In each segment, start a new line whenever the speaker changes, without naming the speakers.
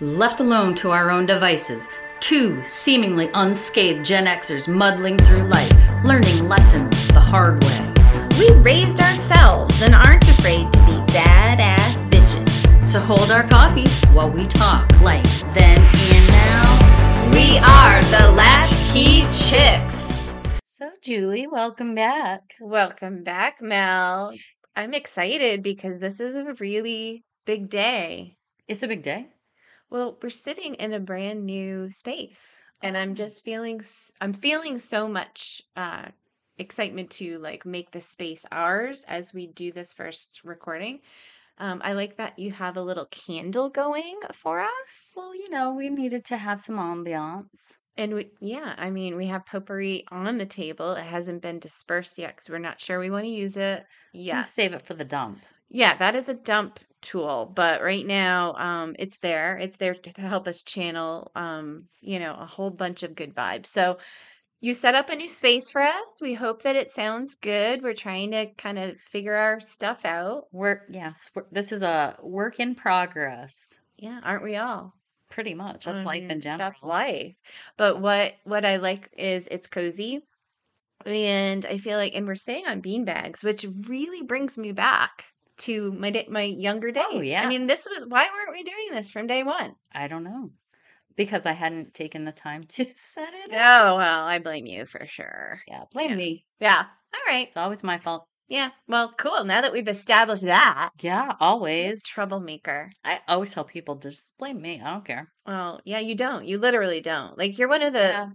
Left alone to our own devices, two seemingly unscathed Gen Xers muddling through life, learning lessons the hard way.
We raised ourselves and aren't afraid to be badass bitches.
So hold our coffees while we talk like then and now.
We are the Latchkey Chicks.
So, Julie, welcome back.
Welcome back, Mel. I'm excited because this is a really big day.
It's a big day.
Well, we're sitting in a brand new space, and I'm just feeling s- I'm feeling so much uh excitement to like make this space ours as we do this first recording. Um, I like that you have a little candle going for us.
Well, you know, we needed to have some ambiance.
And we, yeah, I mean, we have potpourri on the table. It hasn't been dispersed yet because we're not sure we want to use it
Yeah.
yet.
Save it for the dump.
Yeah, that is a dump tool, but right now, um, it's there. It's there to to help us channel, um, you know, a whole bunch of good vibes. So you set up a new space for us. We hope that it sounds good. We're trying to kind of figure our stuff out.
Work, yes. we this is a work in progress,
Yeah, aren't we all?
pretty much.
I
Mm-hmm. That's life
mean,
in general.
That's life. But what what I like is it's cozy. And I feel like, and we're sitting on bean bags, which really brings me back to my day, my younger days.
Oh, yeah.
I mean, this was why weren't we doing this from day one?
I don't know because I hadn't taken the time to set it. up.
Oh well, I blame you for sure.
Yeah, blame
Yeah.
me.
Yeah. All right.
It's always my fault.
Yeah. Well, cool. Now that we've established that,
Yeah,
you
always.
troublemaker.
I always tell people just blame me. I don't care.
Well, yeah, you don't. You literally don't. Like you're one of the
Yeah,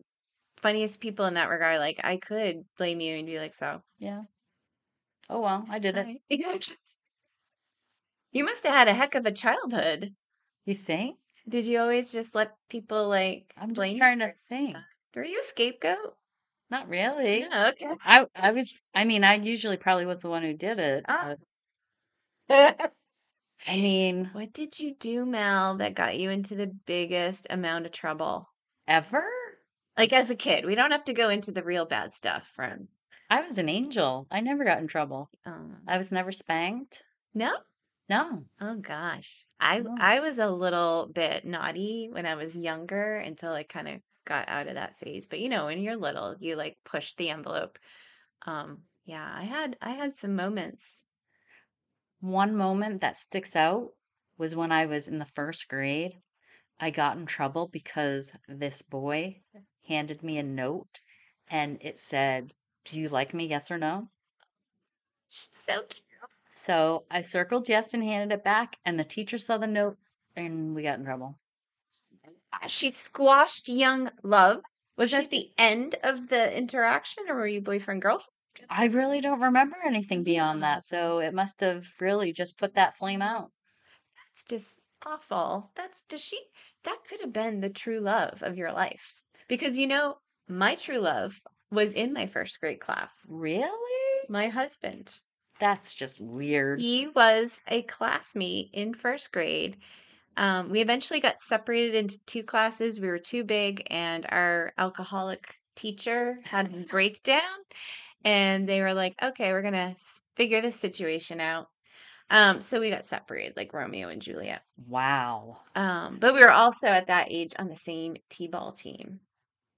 funniest people in that regard. Like I could blame you and be like, so
yeah. Oh well, I did it.
Alright. you must have had a heck of a childhood.
You think?
Did you always just let people like
I'm just
blame you?
trying to think.
Were you a scapegoat?
Not really.
Yeah, okay.
I I was. I mean, I usually probably was the one who did it.
Ah.
but, I mean,
what did you do, Mel, that got you into the biggest amount of trouble?
ever?
Like as a kid, we don't have to go into the real bad stuff from.
I was an angel. I never got in trouble.
Um,
I was never spanked.
no,
No.
oh gosh, I
No.
I was a little bit naughty when I was younger until I kind of got out of that phase. But you know, when you're little, you like push the envelope. Um, yeah, I had I had some moments.
One moment that sticks out was when I was in the first grade. I got in trouble because this boy handed me a note and it said, Do you like me? Yes or no?
So cute.
So I circled yes and handed it back, and the teacher saw the note and we got in trouble.
Ah, She squashed young love. Was
She
that the end of the interaction, or were you boyfriend girlfriend?
I really don't remember anything beyond
Yeah.
that. So it must have really just put that flame out.
That's just awful. That's does she that could have been the true love of your life. Because you know, my true love was in my first grade class.
Really?
My husband.
That's just weird.
He was a classmate in first grade. Um, we eventually got separated into two classes. We were too big, and our alcoholic teacher had a breakdown. And they were like, okay, we're going to figure this situation out. Um, so we got separated like Romeo and Juliet.
Wow.
Um, but we were also at that age on the same T-ball team.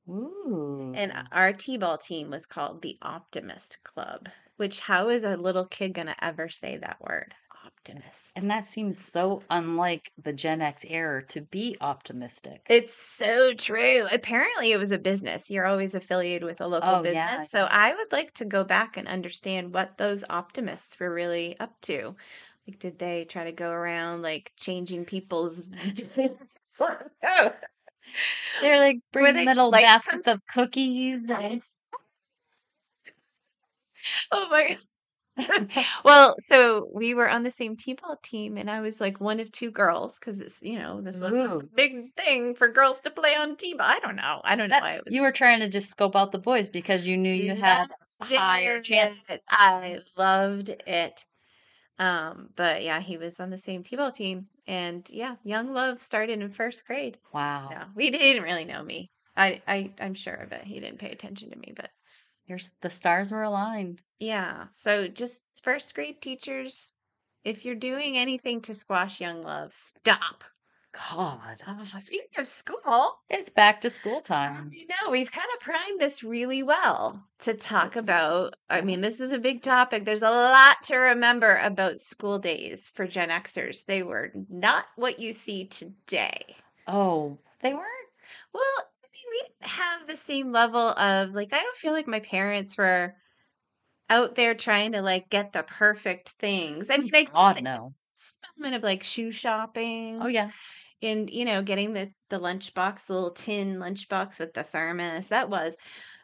Ooh.
And our T-ball team was called the Optimist Club, which how is a little kid gonna ever say that word? Optimist.
And that seems so unlike the Gen X era to be optimistic.
It's so true. Apparently it was a business. You're always affiliated with a local
Oh,
business.
yeah,
So I would like to go back and understand what those optimists were really up to. Like did they try to go around like changing people's Oh,
They're like bringing
they
little
like
baskets
something?
of cookies. And...
oh my God. well, so we were on the same T-ball team, and I was like one of two girls because it's you know this was a
Ooh.
big thing for girls to play on T-ball. I don't know. I don't know.
That-
why it was
you were trying to just scope out the boys because you knew you had a higher chance.
Loved it. I loved it. Um, but yeah, he was on the same T-ball team, and yeah, young love started in first grade.
Wow.
No, we he didn't really know me. I, I I'm sure of it. He didn't pay attention to me, but
Your, s- the stars were aligned.
Yeah. So just first grade teachers, if you're doing anything to squash young love, stop.
God.
Oh, speaking of school,
It's back to school time.
you know, we've kind of primed this really well to talk about. I mean, this is a big topic. There's a lot to remember about school days for Gen Xers. They were not what you see today.
Oh,
They weren't. Well, I mean, we didn't have the same level of like. I don't feel like my parents were out there trying to like get the perfect things. I mean, I
God,
guess
no.
this element of like shoe shopping
Oh, yeah.
and you know getting the the lunchbox the little tin lunchbox with the thermos that was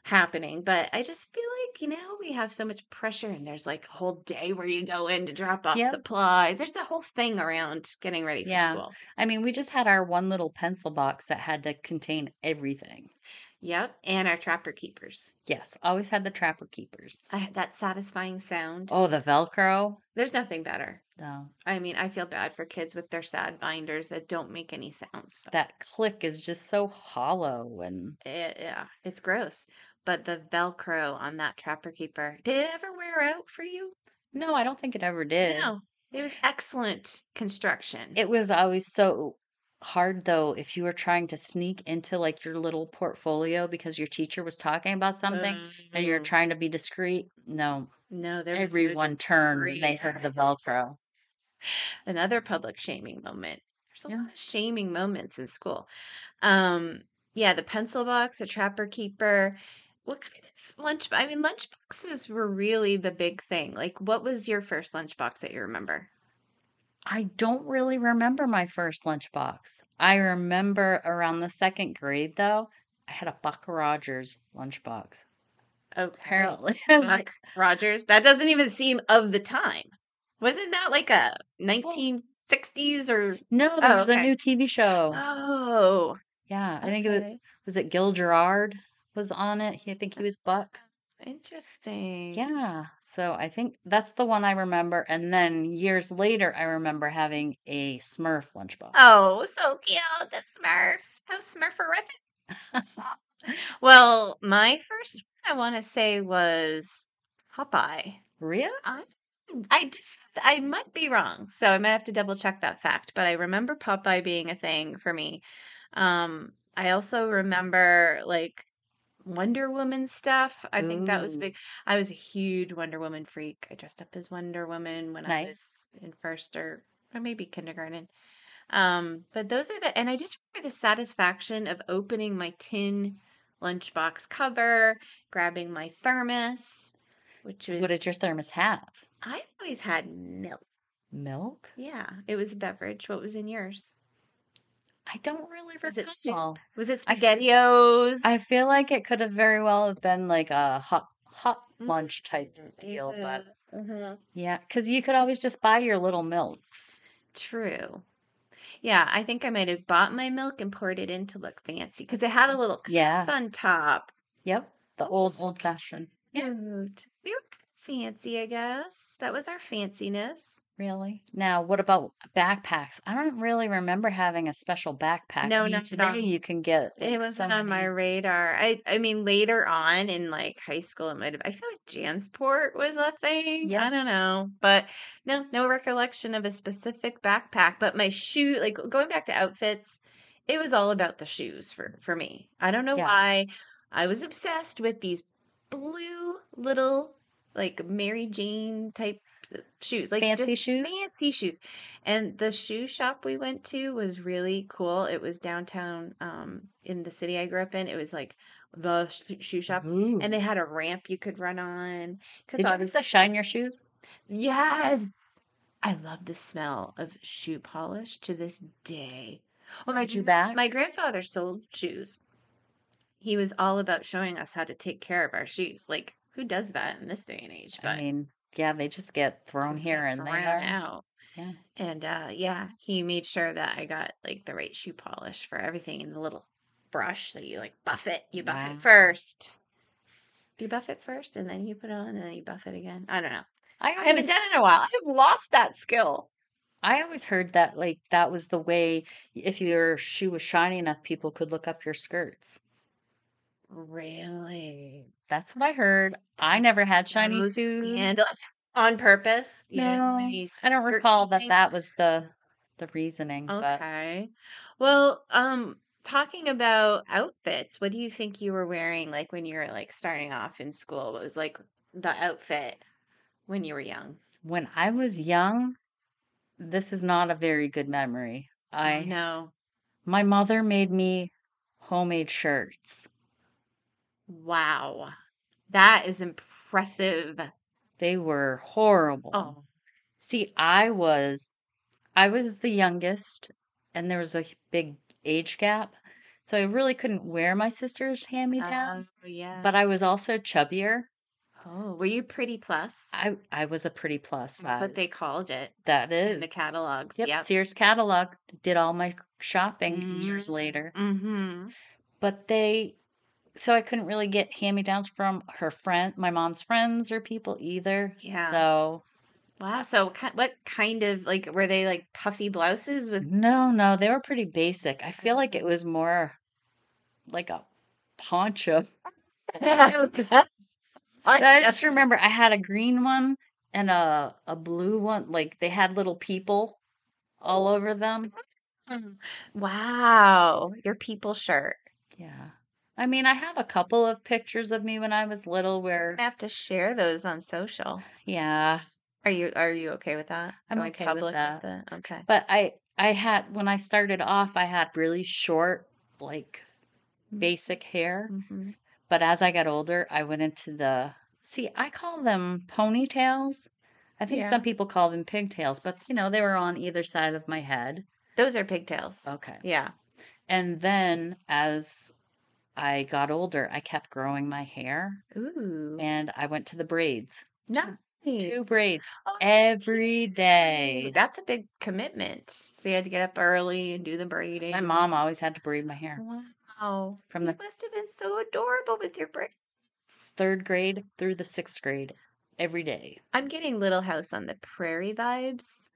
happening but i just feel like you know we have so much pressure and there's like a whole day where you go in to drop off
Yep.
supplies there's the whole thing around getting ready for
Yeah.
school
I mean, we just had our one little pencil box that had to contain everything.
yep and our trapper keepers
Yes, always had the trapper keepers.
I, that satisfying sound
Oh, the Velcro.
there's nothing better
No,
i mean i feel bad for kids with their sad binders that don't make any sounds
that click is just so hollow and
It, eh, yeah, it's gross. But the Velcro on that Trapper Keeper, did it ever wear out for you?
no, I don't think it ever did.
No, it was excellent construction.
It was always so hard though if you were trying to sneak into like your little portfolio because your teacher was talking about something and you're
Mm.
trying to be discreet. No,
no, there was no
everyone turned when they
discreet.
heard the Velcro.
Another public shaming moment. There's a
Yeah.
lot of shaming moments in school. Um, yeah, the pencil box, the Trapper Keeper. What kind of lunch? I mean, lunch boxes were really the big thing. Like, what was your first lunch box that you remember?
I don't really remember my first lunchbox. I remember around the second grade though, I had a Buck Rogers lunchbox.
Okay.
Apparently,
Oh. Buck
like,
Rogers. That doesn't even seem of the time. Wasn't that like a
well,
1960s or?
no, there
Oh,
was a
okay.
new TV show.
Oh,
Yeah, I think it was
okay.
was it Gil Gerard was on it. He, I think he was Buck.
Interesting.
Yeah, so I think that's the one I remember. And then years later, I remember having a Smurf lunchbox.
Oh, so cute. The Smurfs. How Smurferific. Well, my first one I want to say was Popeye.
Really?
I I just I might be wrong, so I might have to double check that fact. But I remember Popeye being a thing for me. Um, I also remember like Wonder Woman stuff. I think that was
Ooh,
big. I was a huge Wonder Woman freak. I dressed up as Wonder Woman when I
nice.
was in first or or maybe kindergarten. Um, but those are the, and I just remember the satisfaction of opening my tin lunchbox cover, grabbing my thermos, which
What
was
did your thermos have?
I always had milk.
Milk?
Yeah, it was a beverage. What was in yours?
I don't really
Was it soup?
recall.
Was it
I, f-
spaghettios?
I feel like it could have very well have been like a hot hot
Mm.
lunch type deal, but
Mm-hmm.
yeah, because you could always just buy your little milks.
True. Yeah, I think I might have bought my milk and poured it in to look fancy because it had a little cup
Yeah.
on top.
Yep. The
That was
old old fashioned. Yeah.
cute. We were kind of fancy, I guess. That was our fanciness.
Really? Now, what about backpacks? I don't really remember having a special backpack. I
No,
mean,
not at
today
all.
you can get
It
like
wasn't
so
on my
many.
radar. I I mean later on in like high school it might have I feel like Jansport was a thing. I
Yep.
don't know. But no, no recollection of a specific backpack. But my shoe like going back to outfits, it was all about the shoes for for me. I don't know
Yeah.
why. I was obsessed with these blue little like Mary Jane type uh, shoes, like just
Fancy shoes?
fancy shoes. And the shoe shop we went to was really cool. It was downtown um, in the city I grew up in. It was like the sh- shoe shop, and
Ooh.
they had a ramp you could run on. Because
Did you have
obviously,
to shine your shoes?
yes, I love the smell of shoe polish to this day. Well, my
Did you
gran- Mm-hmm. my
back?
grandfather sold shoes. He was all about showing us how to take care of our shoes. Like, who does that in this day and age?
I
But
mean, yeah, they just get thrown
just
here
get
and
thrown
there.
out.
Yeah.
And uh yeah, he made sure that I got like the right shoe polish for everything and the little brush that you like buff it. You buff it
Wow.
first. Do you buff it first and then you put it on and then you buff it again? I don't know.
I
I haven't
always
done it in a while. I've lost that skill.
I always heard that like that was the way if your shoe was shiny enough, people could look up your skirts.
Really?
That's what I heard. I
That's
never had shiny
so
shoes.
scandalous. uh, On purpose. You didn't have
No,
any
I don't
skirt
recall that
thing.
that was the the reasoning, but
Okay. Well, um, talking about outfits, what do you think you were wearing like when you were like starting off in school? What was like the outfit when you were young?
When I was young, this is not a very good memory.
Oh
I
no.
my mother made me homemade shirts.
Wow. That is impressive.
They were horrible.
Oh,
See, I was I was the youngest and there was a h- big age gap. So I really couldn't wear my sister's
oh
hand-me-downs,
yeah.
but I was also chubbier.
Oh, were you pretty plus?
I I was a pretty plus
That's what they
size.
called it
That
in
is.
the catalogs.
Yep,
Yep.
Sears catalog did all my shopping years later.
Mm-hmm.
But they so I couldn't really get hand-me-downs from her friend, my mom's friends or people either.
Yeah.
So,
Wow. So, ki- what kind of like were they like puffy blouses with?
no, no, they were pretty basic. I feel like it
Oh.
was more like a poncho. And I
Poncho.
just remember I had a green one and a a blue one. Like they had little people all over them.
Mm. Wow, your people shirt.
Yeah. I mean, I have a couple of pictures of me when I was little
We're
where,
gonna have to share those on social.
yeah,
Are you are you okay with that?
I'm
Going
okay with
public with
that.
the okay.
But I I had when I started off, I had really short, like
Mm.
basic hair.
Mm-hmm.
But as I got older, I went into the see, I call them ponytails. I think
Yeah.
some people call them pigtails, but you know, they were on either side of my head.
Those are pigtails.
Okay.
Yeah.
And then as I got older, I kept growing my hair
Ooh.
and I went to the braids. Two two
Nice.
braids
Oh,
every
cute.
day.
That's a big commitment. So you had to get up early and do the braiding.
My mom always had to braid my hair
Wow.
from
You
the
must have been so adorable with your braids.
third grade through the sixth grade every day.
I'm getting Little House on the Prairie vibes.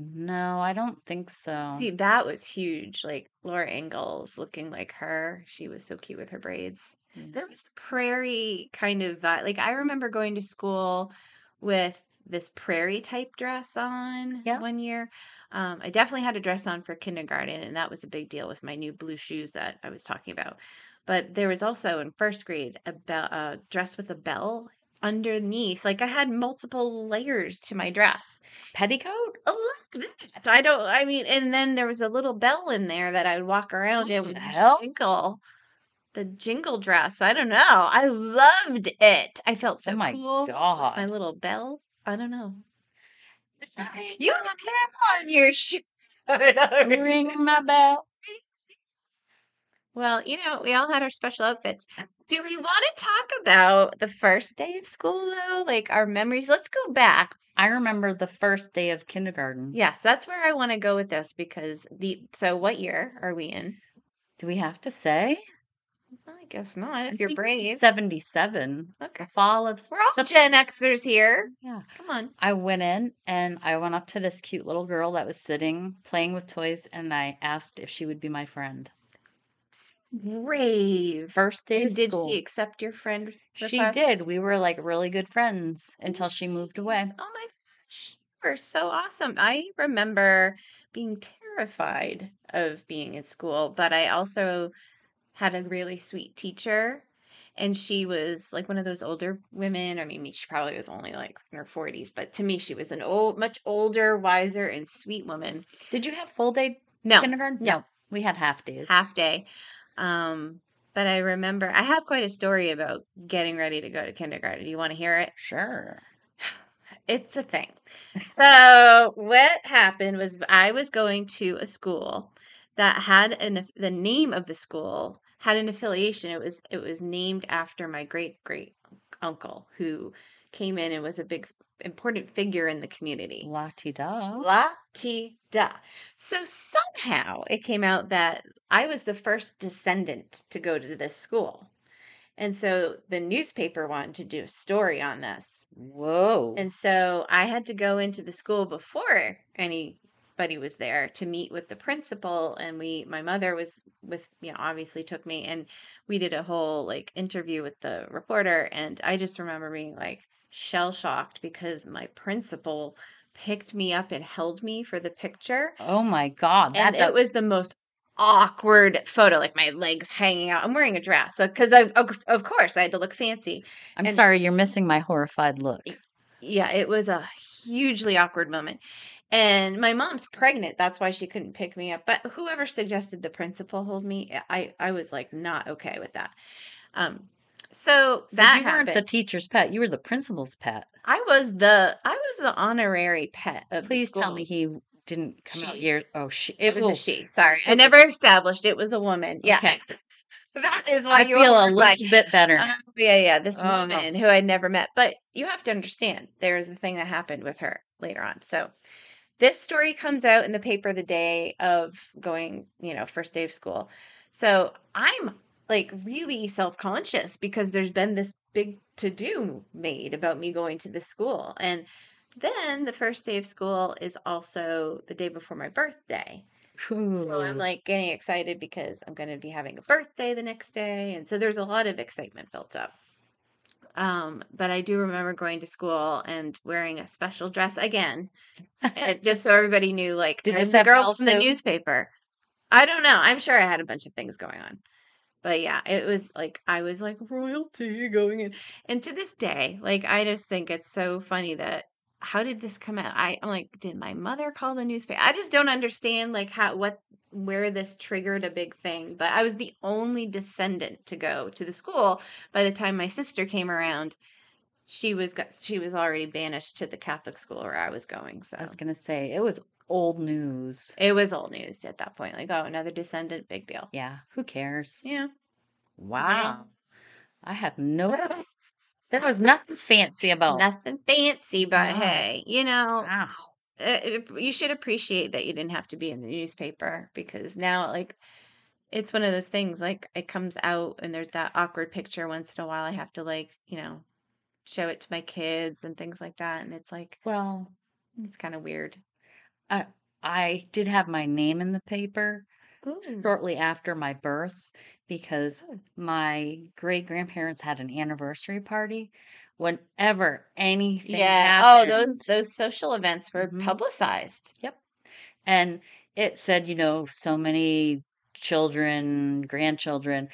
No, I don't think so.
Hey, that was huge. Like Laura Ingalls looking like her. She was so cute with her braids.
Mm.
There was a prairie kind of vibe. Like I remember going to school with this prairie type dress on
Yeah.
one year. Um, I definitely had a dress on for kindergarten, and that was a big deal with my new blue shoes that I was talking about. But there was also in first grade a, bell, a dress with a bell underneath. Like I had multiple layers to my dress
Petticoat?
oh, look that. I don't, I mean, and then there was a little bell in there that I would walk around
What
in
the
with the
hell?
jingle, the jingle dress. I don't know. I loved it. I felt
Oh
so
my
cool with my
God.
little bell. I don't know.
Ring
You
my
have him on your shoe. I don't know.
ring my bell.
Well, you know, we all had our special outfits. Do we want to talk about the first day of school, though? Like our memories? Let's go back
I remember the first day of kindergarten.
Yes, that's where I want to go with this because the so what year are we in?
Do we have to say?
Well, I guess not
I
if you're
think it was
brave.
77, the
Okay.
fall of s-
We're all
sep-
Gen Xers here.
yeah.
Come on.
I went in and I went up to this cute little girl that was sitting playing with toys and I asked if she would be my friend.
S- Brave.
First day of
And did she
school.
accept your friend
She did.
request?
We were like really good friends until she moved
Nice.
away.
Oh my gosh. You are so awesome. I remember being terrified of being in school, but I also had a really sweet teacher and she was like one of those older women i mean she probably was only like in her 40s but to me she was an old much older wiser and sweet woman
Did you have full day
no
kindergarten?
no
No, we had half days.
half day um but i remember i have quite a story about getting ready to go to kindergarten do you want to hear it
Sure.
it's a thing. So what happened was I was going to a school that had an aff- the name of the school had an affiliation. It was it was named after my great great uncle who came in and was a big important figure in the community.
La ti da.
La ti da. So somehow it came out that I was the first descendant to go to this school. And so the newspaper wanted to do a story on this.
Whoa.
And so I had to go into the school before anybody was there to meet with the principal. And we, my mother was with, you know, obviously took me and we did a whole like interview with the reporter. And I just remember being like shell shocked because my principal picked me up and held me for the picture.
Oh my God.
And
That's a
it was the most awkward photo, like my legs hanging out. I'm wearing a dress, so because I of, of course I had to look fancy.
I'm
And-
sorry, you're missing my horrified look.
Yeah, it was a hugely awkward moment. And my mom's pregnant, that's why she couldn't pick me up. But whoever suggested the principal hold me, eh, I I was like not okay with that. Um, so,
So
that
you
happened.
weren't the teacher's pet, you were the principal's pet.
I was the I was the honorary pet of. the
Please tell
school.
me he didn't come out
She-
years. Oh, she,
it was
oh,
a she. Sorry,
so
I
it was-
never established it was a woman. Yeah,
Okay.
that is
I
why you
feel
were
a little
like,
bit better.
Um, yeah, yeah, this
Oh.
woman who I'd never met. But you have to understand, there is a thing that happened with her later on. So this story comes out in the paper the day of going, you know, first day of school. So I'm like really self conscious because there's been this big to do made about me going to this school. And then the first day of school is also the day before my birthday. So I'm
Ooh.
like getting excited because I'm going to be having a birthday the next day. And so there's a lot of excitement built up. Um, but I do remember going to school and wearing a special dress again, and just so everybody knew, like,
Did
there's
this
the
have
girl
bells
from the
too?
newspaper. I don't know. I'm sure I had a bunch of things going on. But yeah, it was like I was like royalty going in. And to this day, like I just think it's so funny that how did this come out? I, I'm like, did my mother call the newspaper? I just don't understand like how what where this triggered a big thing. But I was the only descendant to go to the school by the time my sister came around. She was got she was already banished to the Catholic school where I was going. So
I was going to say, it was old news.
it was old news at that point. Like, oh, another descendant, big deal.
Yeah. Who cares?
Yeah.
Wow. I have no. There was nothing fancy about Ah,
Nothing fancy, but
No.
hey, you know,
Wow.
uh, it- you should appreciate that you didn't have to be in the newspaper because now, like, it's one of those things. Like, it comes out, and there's that awkward picture once in a while. I have to, like, you know, show it to my kids and things like that. And it's like,
Well,
it's kind of weird.
I did have my name in the paper
Ooh.
shortly after my birth because
Oh.
my great grandparents had an anniversary party. Whenever anything
Yeah. Oh,
happened,
those those social events were
Mhm.
publicized.
and it said, you know, so many children, grandchildren,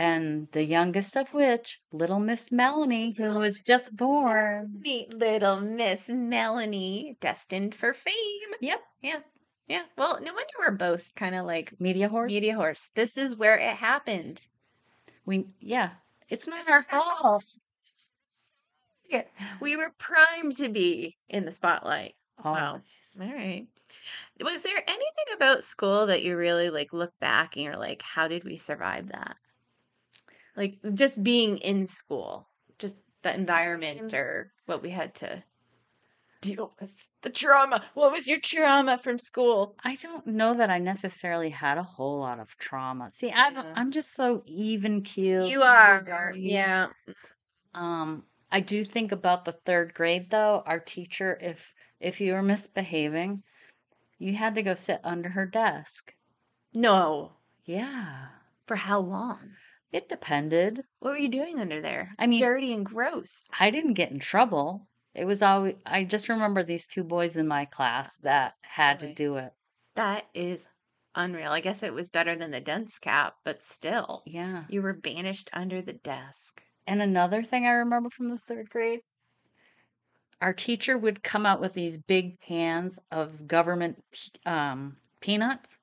and the youngest of which, little Miss Melanie, who was just born.
Neat little Miss Melanie, destined for fame.
Yep.
Yeah. Yeah. Well, no wonder we're both kind of like
Media horse.
media horse. This is where it happened.
We yeah. It's not our fault.
Yeah. We were primed to be in the spotlight.
Oh,
Wow. All right. Was there anything about school that you really like look back and you're like, how did we survive that? Like just being in school, just the environment or what we had to deal with. The trauma. What was your trauma from school?
I don't know that I necessarily had a whole lot of trauma. See, I'm
Yeah.
I'm just so even keel.
You are. Yeah.
Um, I do think about the third grade though. Our teacher, if if you were misbehaving, you had to go sit under her desk.
No.
Yeah,
For how long?
it depended.
What were you doing under there?
I mean-
dirty and gross.
I didn't get in trouble. It was always. I just remember these two boys in my class that had
Really?
to do it.
That is unreal. I guess it was better than the dunce cap, but still,
Yeah.
you were banished under the desk.
And another thing I remember from the third grade, our teacher would come out with these big pans of government pe- um, peanuts.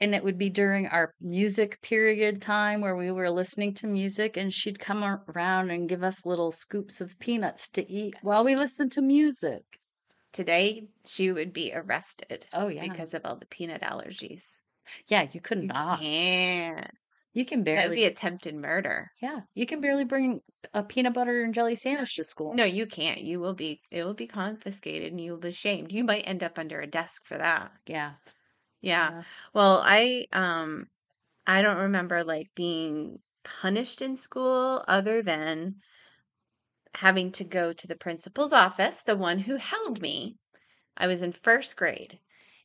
And it would be during our music period time where we were listening to music, and she'd come ar- around and give us little scoops of peanuts to eat while we listened to music.
Today, she would be arrested
Oh, yeah.
because of all the peanut allergies.
yeah, you could
You
not.
can't.
You can
That
barely.
would be attempted murder.
yeah, you can barely bring a peanut butter and jelly sandwich to school.
No, you can't. You will be, it will be confiscated and you will be shamed. You might end up under a desk for that.
Yeah.
Yeah.
yeah.
Well, I um I don't remember like being punished in school other than having to go to the principal's office, the one who held me. I was in first grade.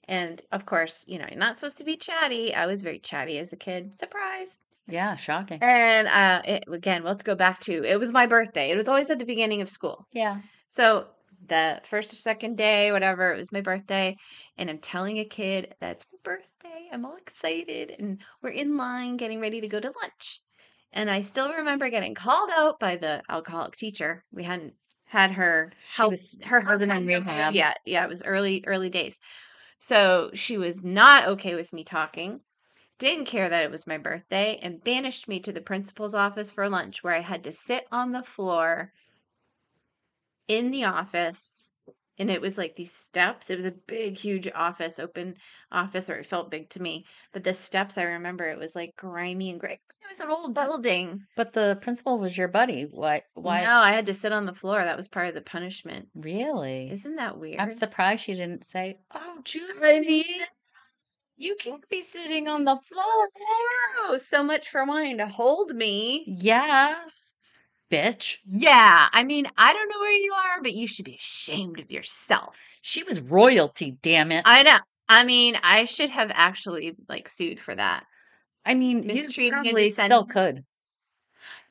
And of course, you know, you're not supposed to be chatty. I was very chatty as a kid. Surprise.
Yeah. Shocking.
And uh it, again, let's go back to it was my birthday. It was always at the beginning of school.
Yeah.
So the first or second day, whatever. It was my birthday. And I'm telling a kid that's my birthday. I'm all excited. And we're in line getting ready to go to lunch. And I still remember getting called out by the alcoholic teacher. We hadn't had her
She
help
was
her help
wasn't in
program
rehab.
uh, Yeah, yeah, it was early, early days. So she was not okay with me talking, didn't care that it was my birthday, and banished me to the principal's office for lunch, where I had to sit on the floor in the office. And it was like these steps. It was a big, huge office, open office, or it felt big to me. But the steps, I remember it was like grimy and gray. It was an old building.
But the principal was your buddy. Why? Why?
No, I had to sit on the floor. That was part of the punishment.
Really?
Isn't that weird?
I'm surprised she didn't say, "Oh, Julie, you can't be sitting on the floor."
Oh, so much for wanting to hold me.
Yeah, bitch.
Yeah, I mean, I don't know where you are, but you should be ashamed of yourself.
She was royalty. Damn it.
I know. I mean, I should have actually like sued for that.
I mean, you
Mistreating a
probably still
descendant.
could.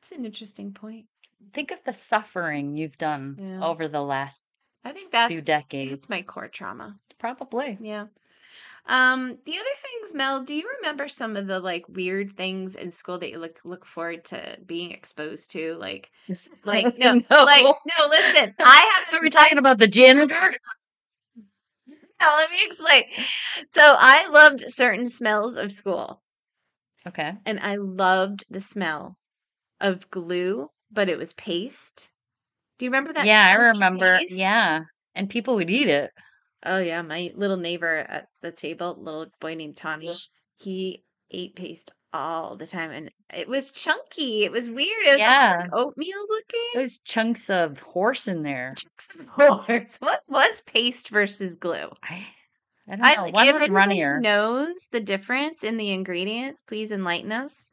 It's an interesting point.
Think of the suffering you've done
Yeah.
over the last
I think that
few decades.
it's my core trauma.
probably.
Yeah. Um, the other things, Mel, do you remember some of the like weird things in school that you look look forward to being exposed to? Like like no, like no, listen. I have
Are we talking about the janitor?
Now, let me explain. So I loved certain smells of school,
Okay.
and I loved the smell of glue, but it was paste. Do you remember that?
yeah, I
chunky
remember.
paste?
Yeah. And people would eat it.
Oh yeah, my little neighbor at the table, little boy named Tommy, he ate paste all the time, and it was chunky. It was weird. It was almost like oatmeal looking.
There's chunks of horse in there.
Chunks of course. What was paste versus glue?
I, I don't
I
know.
like-
One
if
was
anybody
runnier.
knows the difference in the ingredients, please enlighten us.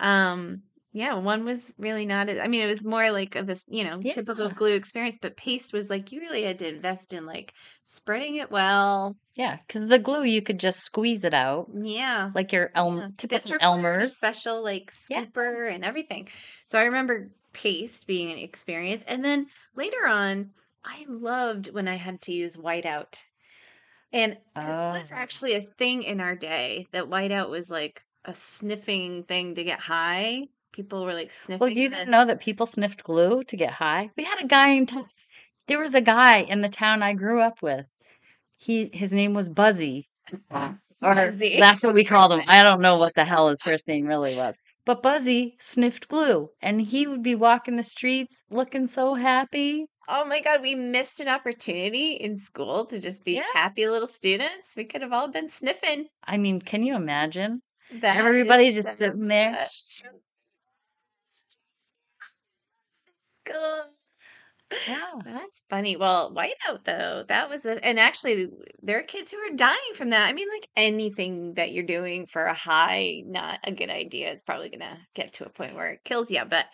Um, yeah, one was really not. as- I mean, it was more like of this, you know, typical
Yeah.
glue experience. But paste was like you really had to invest in like spreading it well.
Yeah, because the glue you could just squeeze it out
Yeah.
like your Elm
yeah. This
typical
required a
Elmer's.
special like
Yeah.
scooper and everything. So I remember paste being an experience, and then later on, I loved when I had to use whiteout. And it was
Oh.
actually a thing in our day that whiteout was like a sniffing thing to get high. People were like sniffing.
Well, you didn't
the-
know that people sniffed glue to get high. We had a guy in town. There was a guy in the town I grew up with. He his name was Buzzy. Or
Buzzy.
that's what we called him. I don't know what the hell his first name really was. But Buzzy sniffed glue and he would be walking the streets looking so happy.
Oh my God, we missed an opportunity in school to just be
Yeah.
happy little students. We could have all been sniffing.
I mean, can you imagine?
That is
Everybody just
so
sitting there.
good. God.
Yeah.
That's funny. Well, whiteout though, that was the, and actually there are kids who are dying from that. I mean, like anything that you're doing for a high, not a good idea. It's probably gonna get to a point where it kills you. But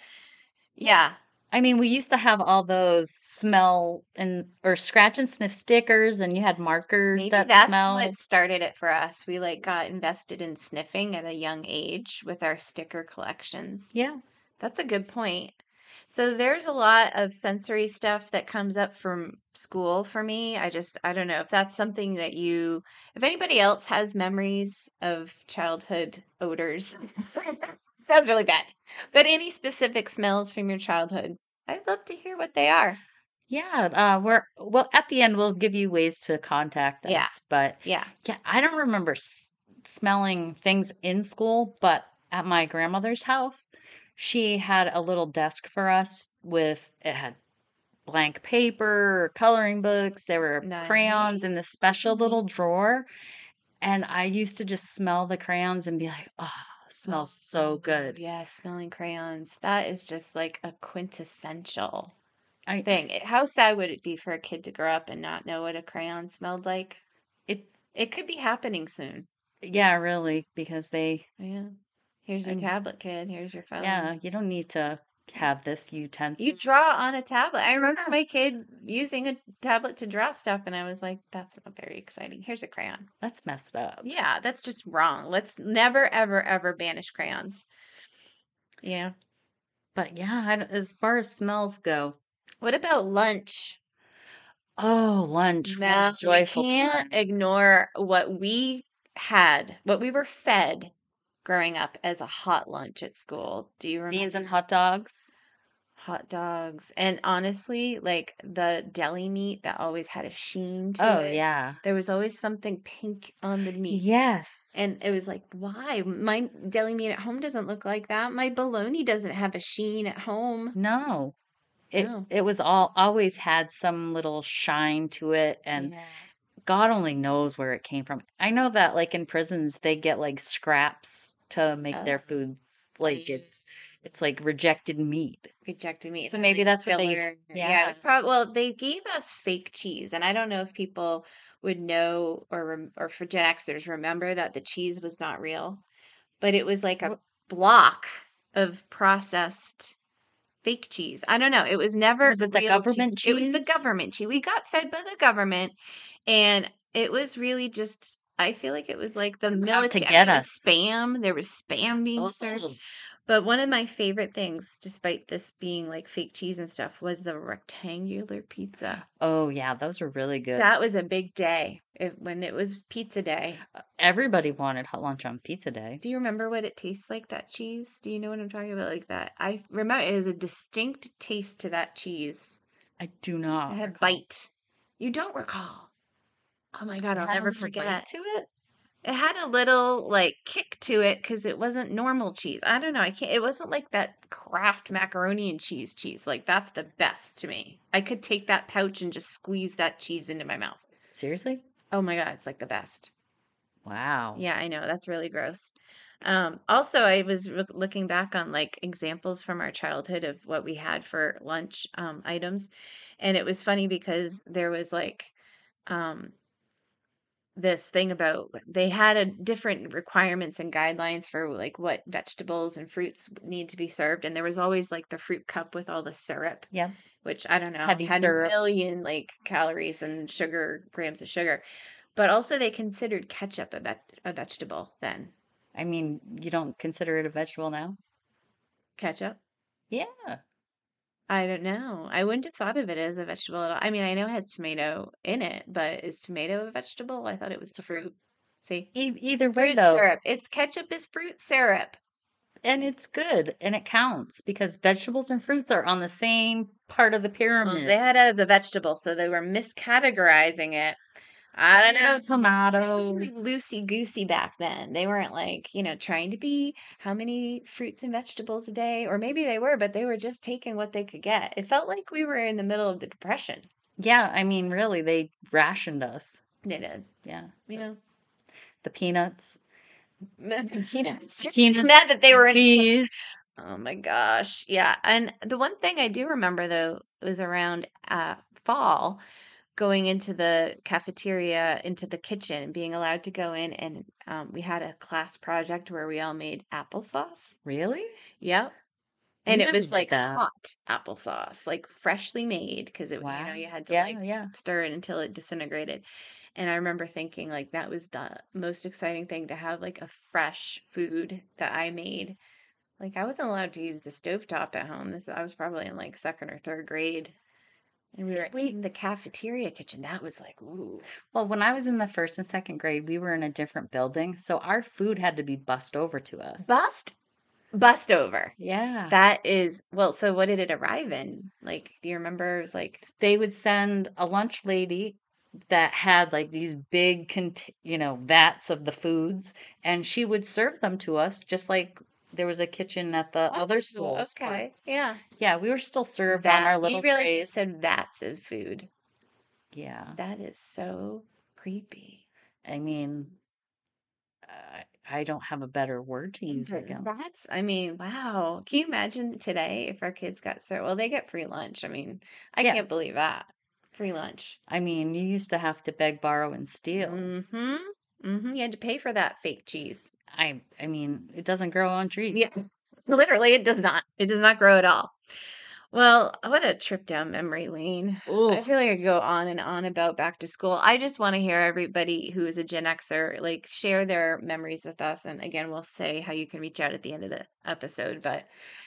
yeah,
I mean, we used to have all those smell and or scratch and sniff stickers, and you had markers
maybe
that
that's
smell.
what started it for us. We like got invested in sniffing at a young age with our sticker collections.
Yeah.
That's a good point. So there's a lot of sensory stuff that comes up from school for me. I just I don't know if that's something that you if anybody else has memories of childhood odors. Sounds really bad. But any specific smells from your childhood? I'd love to hear what they are.
Yeah, uh, we're well at the end. We'll give you ways to contact
Yeah.
us, but
Yeah.
yeah, I don't remember s- smelling things in school, but at my grandmother's house, she had a little desk for us with it had blank paper, coloring books, there were crayons in this special
Nice. Mm-hmm.
little drawer, and I used to just smell the crayons and be like, "Oh, smells so
Oh,
good."
Yeah, smelling crayons. That is just like a quintessential
I
thing. It- How sad would it be for a kid to grow up and not know what a crayon smelled like?
it
It could be happening soon.
yeah, really because they
Yeah. Here's your
And-
tablet, kid. Here's your phone.
yeah, you don't need to have this utensil.
Um You draw on a tablet. I remember my kid using a tablet to draw stuff, and I was like, that's not very exciting. Here's a crayon.
That's messed up.
Yeah, that's just wrong. Let's never, ever, ever banish crayons. Yeah.
But yeah, I d as far as smells go,
What about lunch?
Oh, lunch. what a
Now,
joyful
we
time.
can't ignore what we had, what we were fed growing up as a hot lunch at school. Do you remember
Beans and hot dogs.
hot dogs? And honestly, like the deli meat that always had a sheen to
Oh,
it.
yeah.
There was always something pink on the meat.
Yes.
And it was like, why? My deli meat at home doesn't look like that. My bologna doesn't have a sheen at home.
no. It
No.
it was all always had some little shine to it and
Yeah.
God only knows where it came from. I know that like in prisons they get like scraps to make their
Oh.
food like it's it's like rejected meat.
rejected meat.
So
and,
maybe
like,
that's what they-
filler. yeah,
yeah.
it was probably well. They gave us fake cheese, and I don't know if people would know or rem- or for Gen Xers remember that the cheese was not real, but it was like a
What-
block of processed fake cheese. I don't know. It was never
Was it the
real
government
It was the
cheese?
government cheese. We got fed by the government, and it was really just. I feel like it was like the
Out to
military.
get
it was
us.
Spam. There was spam being served.
Oh,
But one of my favorite things, despite this being like fake cheese and stuff, was the rectangular pizza.
Oh, yeah, those were really good.
That was a big day if, when it was pizza day.
Everybody wanted hot lunch on pizza day.
Do you remember what it tastes like, that cheese? Do you know what I'm talking about? Like that. I remember it was a distinct taste to that cheese.
I do not
it had a
recall.
bite. You don't recall. Oh my God,
It
I'll
had a
never
little bite
forget.
to it.
It had a little like kick to it because it wasn't normal cheese. I don't know. I can't. It wasn't like that Kraft macaroni and cheese cheese. Like that's the best to me. I could take that pouch and just squeeze that cheese into my mouth.
Seriously?
Oh my god, it's like the best.
Wow.
Yeah, I know that's really gross. Um, also, I was r- looking back on like examples from our childhood of what we had for lunch um, items, and it was funny because there was like um, this thing about they had a different requirements and guidelines for like what vegetables and fruits need to be served and there was always like the fruit cup with all the syrup
Yep.
which i don't know
Heavy
had a
syrup.
million like calories and sugar grams of sugar but also they considered ketchup a, vet a vegetable then
I mean, you don't consider it a vegetable now?
ketchup
Yeah.
i don't know i wouldn't have thought of it as a vegetable at all i mean i know it has tomato in it but is tomato a vegetable i thought it was
It's a fruit.
fruit see
E- either way,
fruit
though,
syrup it's ketchup is fruit syrup
and it's good and it counts because vegetables and fruits are on the same part of the
Well,
pyramid.
they had it as a vegetable, so they were miscategorizing it. I don't know. Things
Tomato.
were loosey goosey back then. They weren't like, you know, trying to be how many fruits and vegetables a day, or maybe they were, but they were just taking what they could get. It felt like we were in the middle of the depression.
Yeah, I mean, really, they rationed us.
They did,
Yeah.
you know,
The peanuts.
peanuts. Just
Peanuts,
mad that they were in
Bees.
Oh my gosh. Yeah. And the one thing I do remember though was around uh fall going into the cafeteria, into the kitchen, being allowed to go in and um, we had a class project where we all made applesauce.
Really?
Yep.
We
And it
never
was
did
like
that.
hot applesauce, like freshly made because it you know
Wow.
you had to
Yeah,
like
yeah.
stir it until it disintegrated. And I remember thinking like that was the most exciting thing to have like a fresh food that I made. Like I wasn't allowed to use the stovetop at home. This I was probably in like second or third grade. And we
See,
were
we
in the cafeteria kitchen. That was like, ooh.
well, when I was in the first and second grade, we were in a different building, so our food had to be bussed over to us.
Bust bust over.
yeah.
That is well, so what did it arrive in? Like, do you remember it was like
They would send a lunch lady that had like these big, cont- you know, vats of the foods, and she would serve them to us just like there was a kitchen at the other
Oh,
schools. where-
okay. Yeah.
Yeah, we were still served on
That
our
you
little
realize you
trays.
said vats of food.
Yeah.
That is so creepy.
I mean, I, I don't have a better word to use
But
again.
That's, I mean, wow. Can you imagine today if our kids got served? Well, they get free lunch. I mean, I
Yeah.
can't believe that. Free lunch.
I mean, you used to have to beg, borrow, and steal.
Mm-hmm. Mm-hmm. You had to pay for that fake cheese.
I I mean, it doesn't grow on trees.
Yeah. Literally, it does not. It does not grow at all. Well, what a trip down memory lane. I
Oh,
feel like I could go on and on about back to school. I just want to hear everybody who is a Gen Xer like share their memories with us. And again, we'll say how you can reach out at the end of the episode. But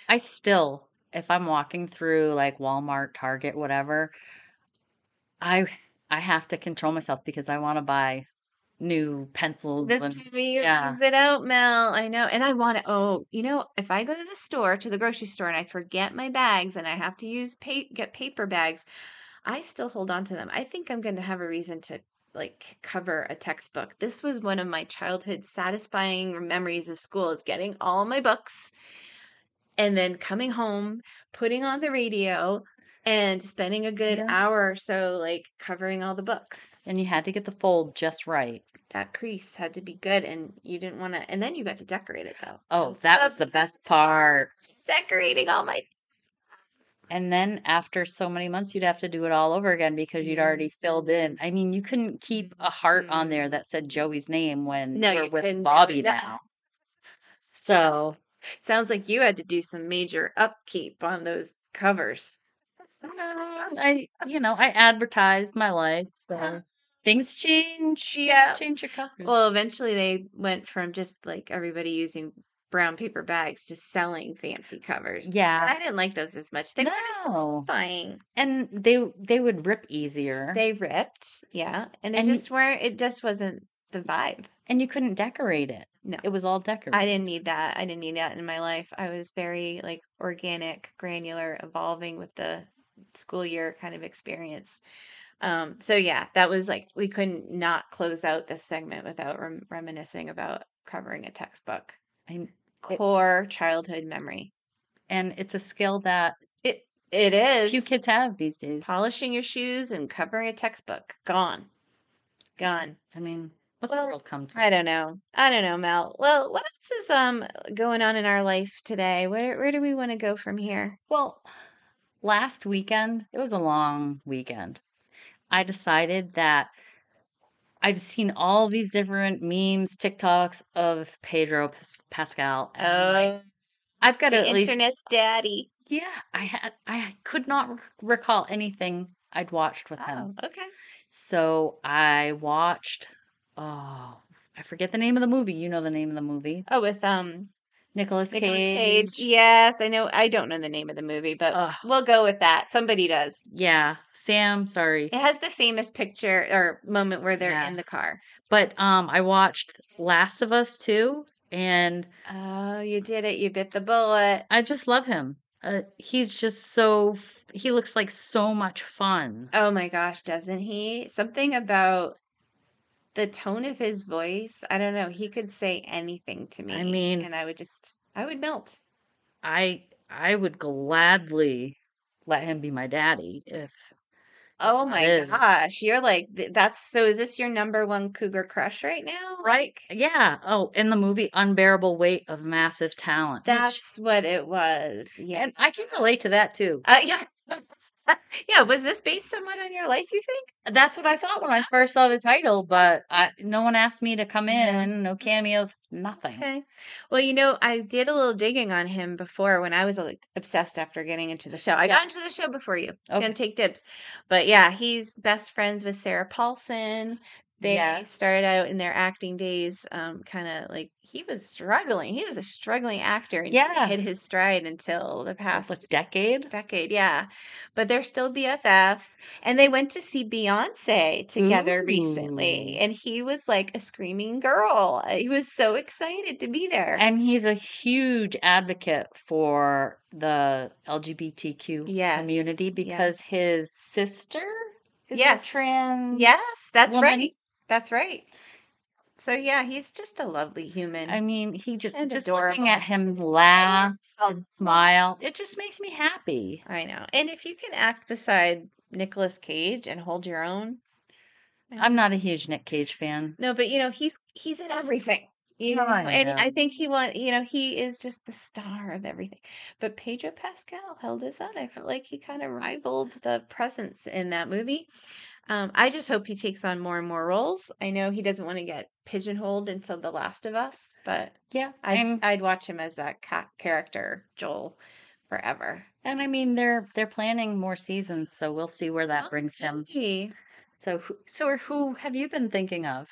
I still, if I'm walking through like Walmart, Target, whatever, I I have to control myself because I want to buy new pencils
The
and
Timmy
yeah.
rings it out, Mel. I know. And I want to, oh, you know, if I go to the store, to the grocery store, and I forget my bags and I have to use pa- get paper bags, I still hold on to them. I think I'm going to have a reason to like cover a textbook. This was one of my childhood satisfying memories of school is getting all my books and then coming home, putting on the radio and spending a good
Yeah.
hour or so like covering all the books.
and you had to get the fold just right.
That crease had to be good and you didn't want to and then you got to decorate it though.
Oh, that was the best part.
Decorating all my
And then after so many months, you'd have to do it all over again because
Mm-hmm.
you'd already filled in. I mean, you couldn't keep a heart on there that said Joey's name when
No,
we're
you couldn't do
with
it.
Bobby
No.
now. So
Sounds like you had to do some major upkeep on those covers.
I, you know, I advertised my life. So things change.
Yeah.
Change your cover.
Well, eventually they went from just like everybody using brown paper bags to selling fancy covers. And
yeah.
I didn't like those as much. They
No.
weren't fine.
And they they would rip easier.
They ripped, yeah, and they
And-
just weren't. It just wasn't the vibe.
and you couldn't decorate it.
No.
It was all decorated.
I didn't need that. I didn't need that in my life. I was very like organic, granular, evolving with the school year kind of experience. Um, so yeah, that was like we couldn't not close out this segment without rem- reminiscing about covering a textbook.
I,
Core childhood memory.
and it's a skill that
It it is
few kids have these days.
polishing your shoes and covering a textbook. Gone. Gone.
I mean, what's
Well,
the world come to?
I don't know. I don't know, Mel. Well, what else is um going on in our life today? Where where do we want to go from here?
Well, last weekend, it was a long weekend. I decided that I've seen all these different memes, TikToks of Pedro Pas- Pascal. and I'm like, I've got to
Oh, the
at least
internet's daddy.
yeah, I had I could not rec- recall anything I'd watched with him.
Oh, okay.
So I watched, oh, I forget the name of the movie. You know the name of the movie.
Oh, with um
Nicolas Cage.
Nicolas Cage. Yes, I know. I don't know the name of the movie, but
Ugh.
we'll go with that. Somebody does.
Yeah, Sam, sorry.
It has the famous picture or moment where they're
Yeah.
in the car.
But um I watched Last of Us too, and
Oh, you did it. You bit the bullet.
I just love him. Uh, he's just so f- he looks like so much fun.
Oh my gosh, doesn't he? Something about the tone of his voice. I don't know. He could say anything to me.
I mean-
and I would just, I would melt.
I I would gladly let him be my daddy if
Oh my
is.
gosh. You're like, th- that's so. Is this your number one cougar crush right now?
Right.
Like,
yeah. Oh, in the movie Unbearable Weight of Massive Talent. which-
that's what it was. Yeah.
and I can relate to that too.
Uh, yeah. yeah. Was this based somewhat on your life, you think?
That's what I thought when I first saw the title, but I, no one asked me to come
Yeah.
in, no cameos, nothing.
Okay. Well, you know, I did a little digging on him before when I was like obsessed after getting into the show. I got into the show before you. I'm
Okay.
gonna take dibs. But yeah, he's best friends with Sarah Paulson. They
Yeah.
started out in their acting days, um, kind of like he was struggling. He was a struggling actor and he
Yeah.
hit his stride until the
Like,
past
decade.
decade, yeah. But they're still BFFs. And they went to see Beyonce together recently.
Ooh.
And he was like a screaming girl. Uh, He was so excited to be there.
And he's a huge advocate for the LGBTQ
Yes.
community because his sister is a
Yes.
trans.
yes, that's
woman.
right. That's right. So, yeah, he's just a lovely human.
I mean, he just
And
just
adorable.
looking at him laugh and smile. It just makes me happy.
I know. And if you can act beside Nicolas Cage and hold your own,
I'm not a huge Nick Cage fan.
No, but you know, he's he's in everything. You know,
No, Oh, I
and I
know.
think he want you know, he is just the star of everything. But Pedro Pascal held his own. I felt like he kind of rivaled the presence in that movie. Um, I just hope he takes on more and more roles. I know he doesn't want to get pigeonholed until The Last of Us, but
Yeah,
I'd
and
I'd watch him as that ca- character Joel forever.
And I mean, they're they're planning more seasons, so we'll see where that brings him.
Hey.
So, who, so or who have you been thinking of?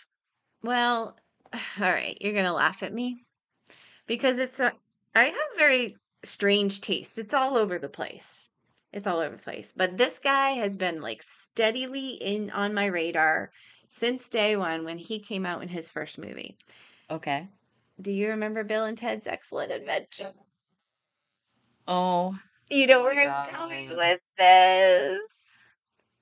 Well, all right, you're gonna laugh at me because it's a, I have very strange taste. It's all over the place. it's all over the place. But this guy has been like steadily in on my radar since day one when he came out in his first movie.
Okay.
Do you remember Bill and Ted's Excellent Adventure?
Oh,
You know
Oh
where
my
I'm going
God.
with this.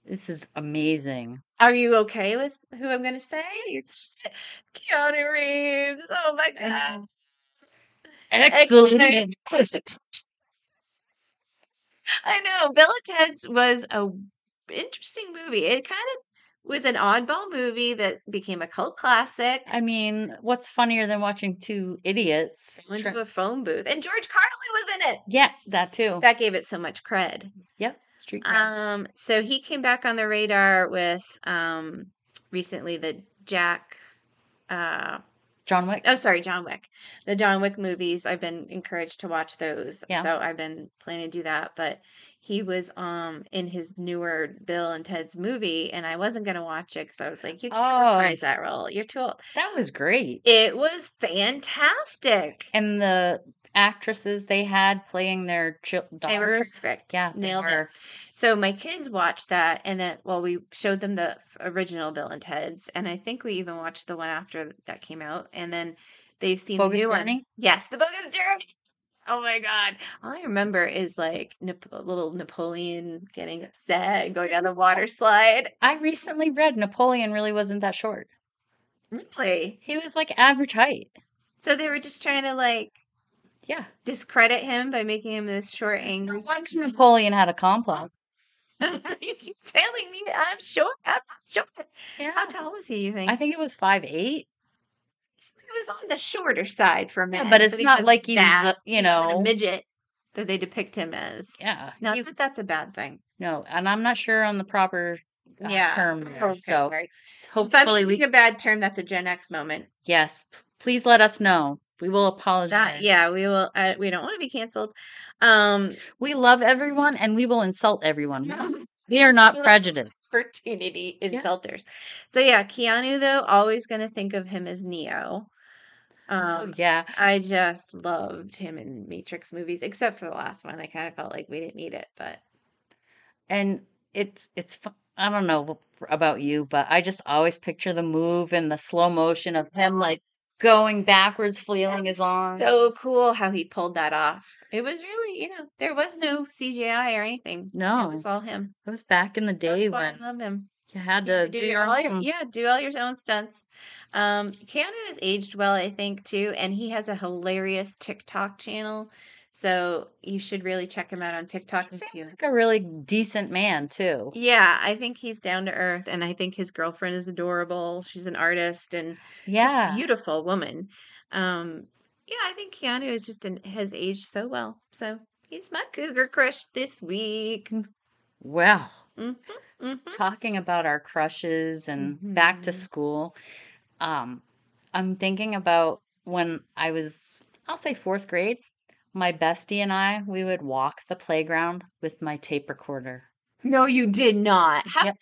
this is amazing.
Are you okay with who I'm going to say? You're Keanu Reeves. Oh my God.
Excellent.
I know. Bill and Ted's was a w- interesting movie. It kind of was an oddball movie that became a cult classic.
I mean, what's funnier than watching two idiots?
went
try-
to a phone booth, and George Carlin was in it.
yeah, that too.
That gave it so much cred.
yep. Street cred.
Um, so he came back on the radar with um recently the Jack. Uh,
John Wick.
oh, sorry, John Wick. The John Wick movies. I've been encouraged to watch those,
Yeah.
so I've been planning to do that. But he was um in his newer Bill and Ted's movie, and I wasn't gonna watch it because I was like, you can't
Oh.
reprise that role. You're too old.
That was great.
It was fantastic.
And the actresses they had playing their chil-
They were
daughters.
perfect.
Yeah, they
nailed it.
were.
So my kids watched that, and then well, we showed them the f- original Bill and Ted's, and I think we even watched the one after that came out, and then they've seen
Bogus
the new one.
Journey?
Yes, the Bogus Journey. Oh my God! All I remember is like Nap- little Napoleon getting upset and going down the water slide.
I recently read Napoleon really wasn't that short.
Really?
He was like average height.
So they were just trying to like
Yeah.
discredit him by making him this short,
No
angry.
wonder Napoleon had a complex.
you keep telling me I'm short. I'm not short.
Yeah.
How tall was he? You think?
I think it was five eight.
So He was on the shorter side for men,
Yeah, but it's
he
not
wasn't
like he was
that-
a- you
he wasn't a
know.
midget that they depict him as.
Yeah.
Not
he-
that that's a bad thing.
no, and I'm not sure on the proper uh,
Yeah,
term there.
Okay,
so
right. if I'm
hopefully
using
we
a bad term, that's a Gen X moment.
yes, p- please let us know. We will apologize.
That yeah, we will. Uh, we don't want to be canceled. Um,
We love everyone and we will insult everyone. We are not
Well,
prejudiced.
opportunity insulters. So yeah, Keanu though, always going to think of him as Neo.
Oh,
Um,
yeah.
I just loved him in Matrix movies, except for the last one. I kind of felt like we didn't need it, but
and it's it's fu- I don't know wh- about you, but I just always picture the move and the slow motion of him like going backwards, flailing his arm.
so cool how he pulled that off. It was really, you know, there was no CGI or anything.
No.
it was all him.
It was back in the day
That's why I
when
love him.
you had
You
to
could
do your
all your-
own.
yeah, do all your own stunts. Um, Keanu has aged well, I think, too, and he has a hilarious TikTok channel. So you should really check him out on TikTok.
He
if
seemed
you-
like a really decent man too.
Yeah, I think he's down to earth, and I think his girlfriend is adorable. She's an artist, and just
Yeah,
beautiful woman. Um, yeah, I think Keanu is just an, has aged so well. So he's my cougar crush this week.
Mm. well,
hmm hmm
talking about our crushes and back to
Mhm.
school. Um, I'm thinking about when I was, I'll say fourth grade, my bestie and I, we would walk the playground with my tape recorder.
No, you did not. How
Yep.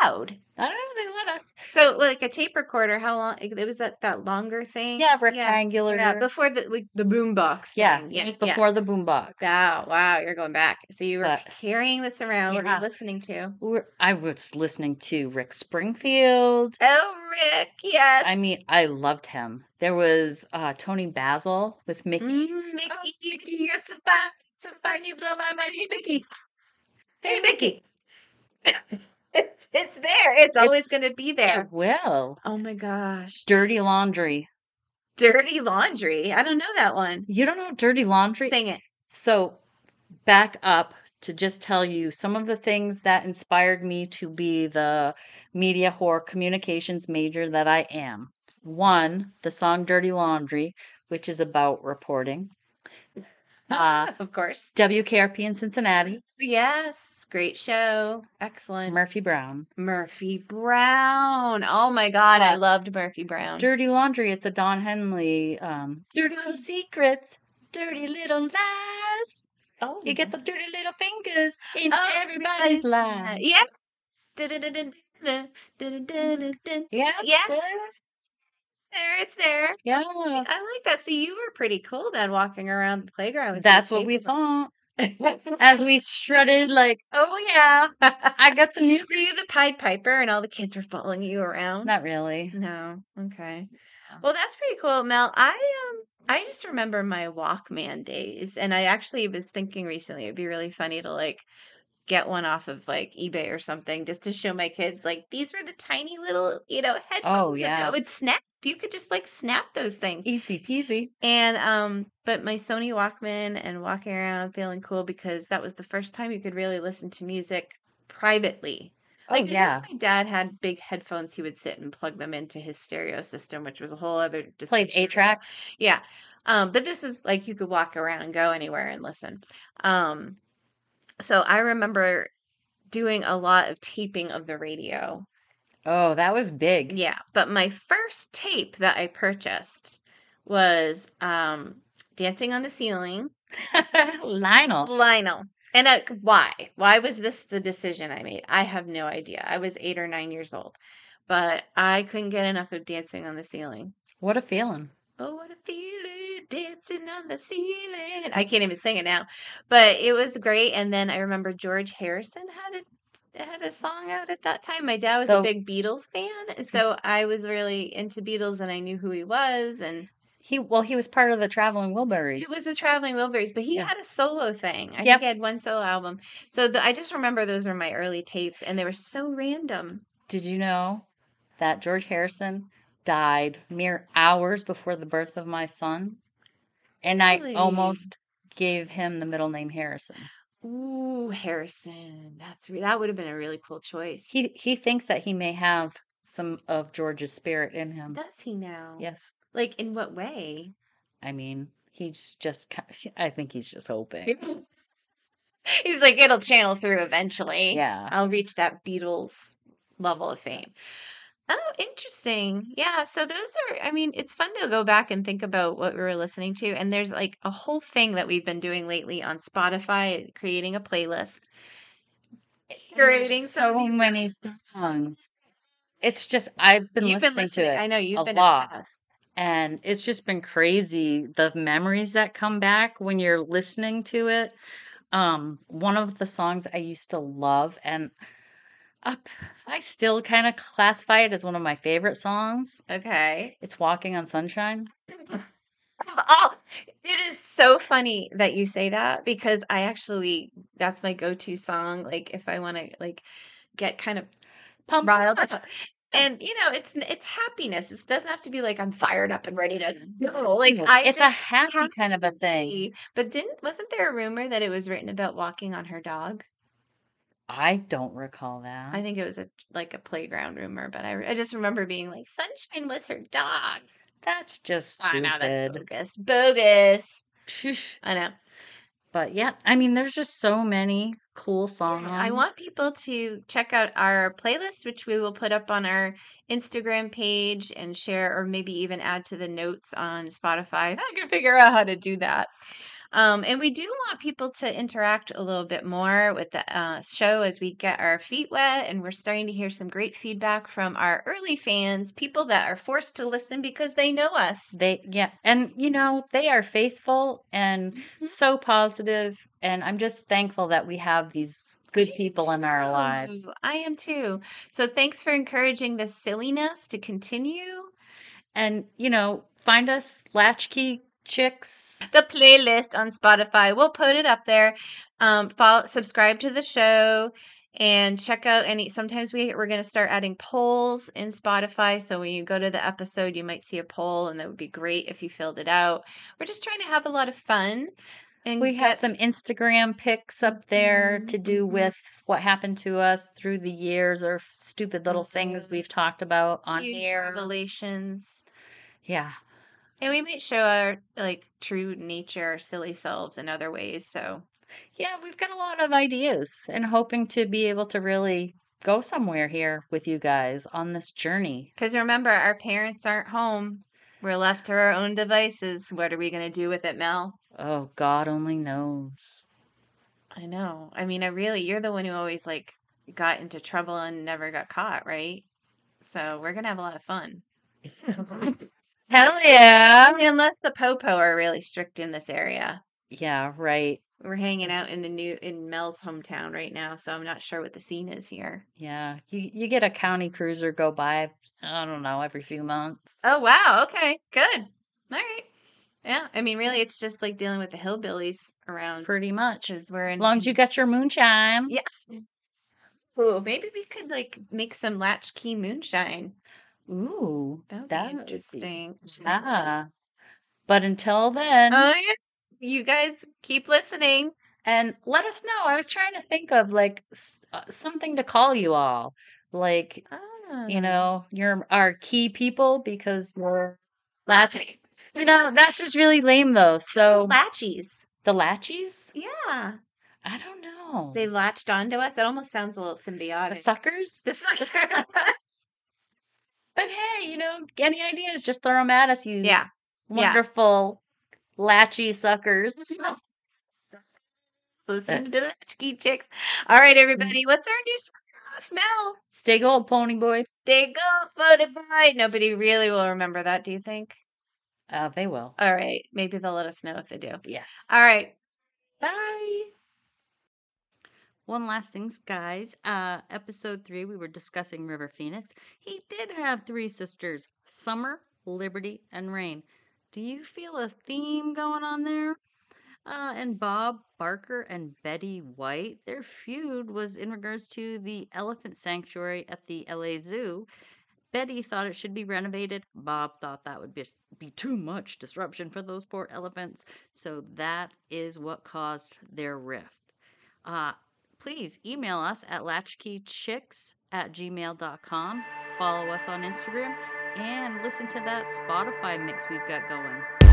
loud?
I don't know, they let us.
So like a tape recorder, how long? It was that that longer thing.
Yeah, rectangular.
Yeah, before the like the boom box.
Yeah,
thing.
it was before the boombox.
Wow, wow, you're going back. So you were
But-
carrying this around. What are
Yeah.
you listening to?
We're- I was listening to Rick Springfield.
Oh, Rick, yes.
I mean, I loved him. There was uh, Tony Basil with Mickey.
Mm, Mickey, Mickey, you're so fine, so fine, you blow my mind, Hey, Mickey. Hey, Mickey. It's, it's there. It's, always
It's-
going to be
It
there.
will.
Oh my gosh.
Dirty Laundry.
Dirty Laundry. I don't know that one.
You don't know Dirty Laundry?
Sing it.
So, back up to just tell you some of the things that inspired me to be the media whore communications major that I am. One, the song Dirty Laundry, which is about reporting. Uh,
of course.
WKRP in Cincinnati,
Yes. Great show. Excellent.
Murphy Brown.
Murphy Brown. Oh my God. I
Uh,
loved Murphy Brown.
Dirty Laundry, it's a Don Henley. Um, dirty little secrets, dirty little lies.
oh,
You get the dirty little fingers in
Oh,
Mm-hmm. everybody's
uh,
life.
yeah. Du-du-du-du-du, du-du-du-du-du.
Yeah.
Yeah.
yes,
There, it's there.
Yeah.
I like that. So you were pretty cool then walking around the playground. with your
Oh, That's what
tape
we
recorder.
thought. as we strutted like, "Oh yeah, I got the
Were
music."
you the Pied Piper and all the kids were following you around?
Not really.
No. Okay.
Yeah.
Well, that's pretty cool, Mel. I um I just remember my Walkman days and I actually was thinking recently it'd be really funny to like get one off of like eBay or something just to show my kids like these were the tiny little, you know, headphones
Oh, yeah.
that would snap. You could just like snap those things.
Easy peasy.
And um but my Sony Walkman and walking around feeling cool because that was the first time you could really listen to music privately.
Oh
Like I guess
yeah.
my dad had big headphones he would sit and plug them into his stereo system, which was a whole other
Played
discussion
eight
about
tracks.
yeah. Um, but this was like you could walk around and go anywhere and listen. Um, so I remember doing a lot of taping of the radio.
Oh, that was big.
Yeah. But my first tape that I purchased was um Dancing on the Ceiling,
Lionel.
Lionel. And I, why? Why was this the decision I made? I have no idea. I was eight or nine years old, but I couldn't get enough of Dancing on the Ceiling.
What a feeling.
Oh, what a feeling dancing on the ceiling. I can't even sing it now, but it was great. And then I remember George Harrison had a had a song out at that time. My dad was a
So
big Beatles fan, so I was really into Beatles, and I knew who he was, and
he well, he was part of the traveling
he
Wilburys.
was the Traveling Wilburys. But he
Yeah.
had a solo thing. I think
Yep.
he had one solo album. So the, I just remember those were my early tapes, and they were so random.
Did you know that George Harrison died mere hours before the birth of my son? And I
Really.
almost gave him the middle name Harrison.
Ooh, Harrison. That's re- that would have been a really cool choice.
He he thinks that he may have some of George's spirit in him.
Does he now?
Yes.
Like in what way?
I mean, he's just ki- I think he's just hoping.
He's like, it'll channel through eventually.
Yeah.
I'll reach that Beatles level of fame. Oh, interesting. Yeah. So those are, I mean, it's fun to go back and think about what we were listening to. And there's like a whole thing that we've been doing lately on Spotify, creating a playlist,
And there's
curating some of
so
these
many songs. It's just I've been
You've been
listening to it
listening. I know you've
a
been
lot
obsessed.
and it's just been crazy the memories that come back when you're listening to it. Um one of the songs I used to love and up I still kind of classify it as one of my favorite songs.
Okay.
It's Walking on Sunshine.
Oh, it is so funny that you say that because I actually that's my go-to song. Like if I want to like get kind of
Pumped
riled
up.
up,
Oh.
and you know, it's n- it's happiness. It doesn't have to be like I'm fired up and ready to go. Like
No,
I
Mm-hmm. it's a
just
happy
have
kind of a
to
thing.
be. But didn't wasn't there a rumor that it was written about walking on her dog?
I don't recall that.
I think it was a like a playground rumor, but I re- I just remember being like Sunshine was her dog.
That's just
I know that's
stupid.
bogus. Bogus.
Phew.
I know.
But yeah, I mean, there's just so many cool
Yeah, I want
songs.
people to check out our playlist, which we will put up on our Instagram page and share, or maybe even add to the notes on Spotify. I can figure out how to do that. Um, and we do want people to interact a little bit more with the uh, show as we get our feet wet. And we're starting to hear some great feedback from our early fans, people that are forced to listen because they know us.
They, yeah, and you know, they are faithful and
Mhm.
so positive, And I'm just thankful that we have these good
I
people in our
am
lives.
too. I am too. So thanks for encouraging this silliness to continue.
And, you know, find us latchkey chicks.
The playlist on Spotify. We'll put it up there. Um, follow, subscribe to the show, and check out any. Sometimes we we're going to start adding polls in Spotify. So when you go to the episode, you might see a poll, and that would be great if you filled it out. We're just trying to have a lot of fun and
We have
get.
some Instagram pics up there
Mhm,
to do
mhm,
with what happened to us through the years or stupid little things
mhm.
we've talked about on
Huge
air.
revelations.
Yeah.
And we might show our like true nature, our silly selves in other ways. So
Yeah, we've got a lot of ideas and hoping to be able to really go somewhere here with you guys on this journey.
Because remember, our parents aren't home. We're left to our own devices. What are we going to do with it, Mel?
Oh, God only knows.
I know. I mean, I really, you're the one who always like got into trouble and never got caught, right? So we're going to have a lot of fun.
Hell yeah.
Unless the popo are really strict in this area.
Yeah, right.
We're hanging out in the new in Mel's hometown right now, so I'm not sure what the scene is here.
Yeah. You you get a county cruiser go by, I don't know, every few months.
Oh wow, okay. Good. All right. Yeah. I mean really it's just like dealing with the hillbillies around
Pretty much. As
because we're in
long as you got your moonshine.
Yeah. Ooh, maybe we could like make some latchkey moonshine.
Ooh.
That would
That
be
would be-
interesting.
Yeah. But until then,
Oh, yeah. You guys keep listening.
and let us know. I was trying to think of like s- uh, something to call you all. Like,
Ah. Mm-hmm.
you know, you're our key people because you're latching. You know, that's just really lame though. So
latchies.
the latchies?
Yeah.
I don't know.
They've latched onto us. That almost sounds a little symbiotic.
the suckers?
The suck-
But hey, you know, any ideas, just throw them at us, you
yeah.
wonderful latchy suckers.
Listen to the latchkey chicks. All right, everybody. What's our new song? smell?
Stay gold, pony boy.
They go voted by. Nobody really will remember that, do you think?
Uh, they will.
All right. Maybe they'll let us know if they do.
Yes.
All right.
Bye. One last things, guys. Uh, episode three, we were discussing River Phoenix. He did have three sisters: Summer, Liberty, and Rain. Do you feel a theme going on there? Uh, and Bob Barker and Betty White, their feud was in regards to the elephant sanctuary at the LA Zoo. Betty thought it should be renovated. Bob thought that would be, be too much disruption for those poor elephants. So that is what caused their rift. Uh, please email us at latchkeychicks at gmail.com. Follow us on Instagram and listen to that Spotify mix we've got going.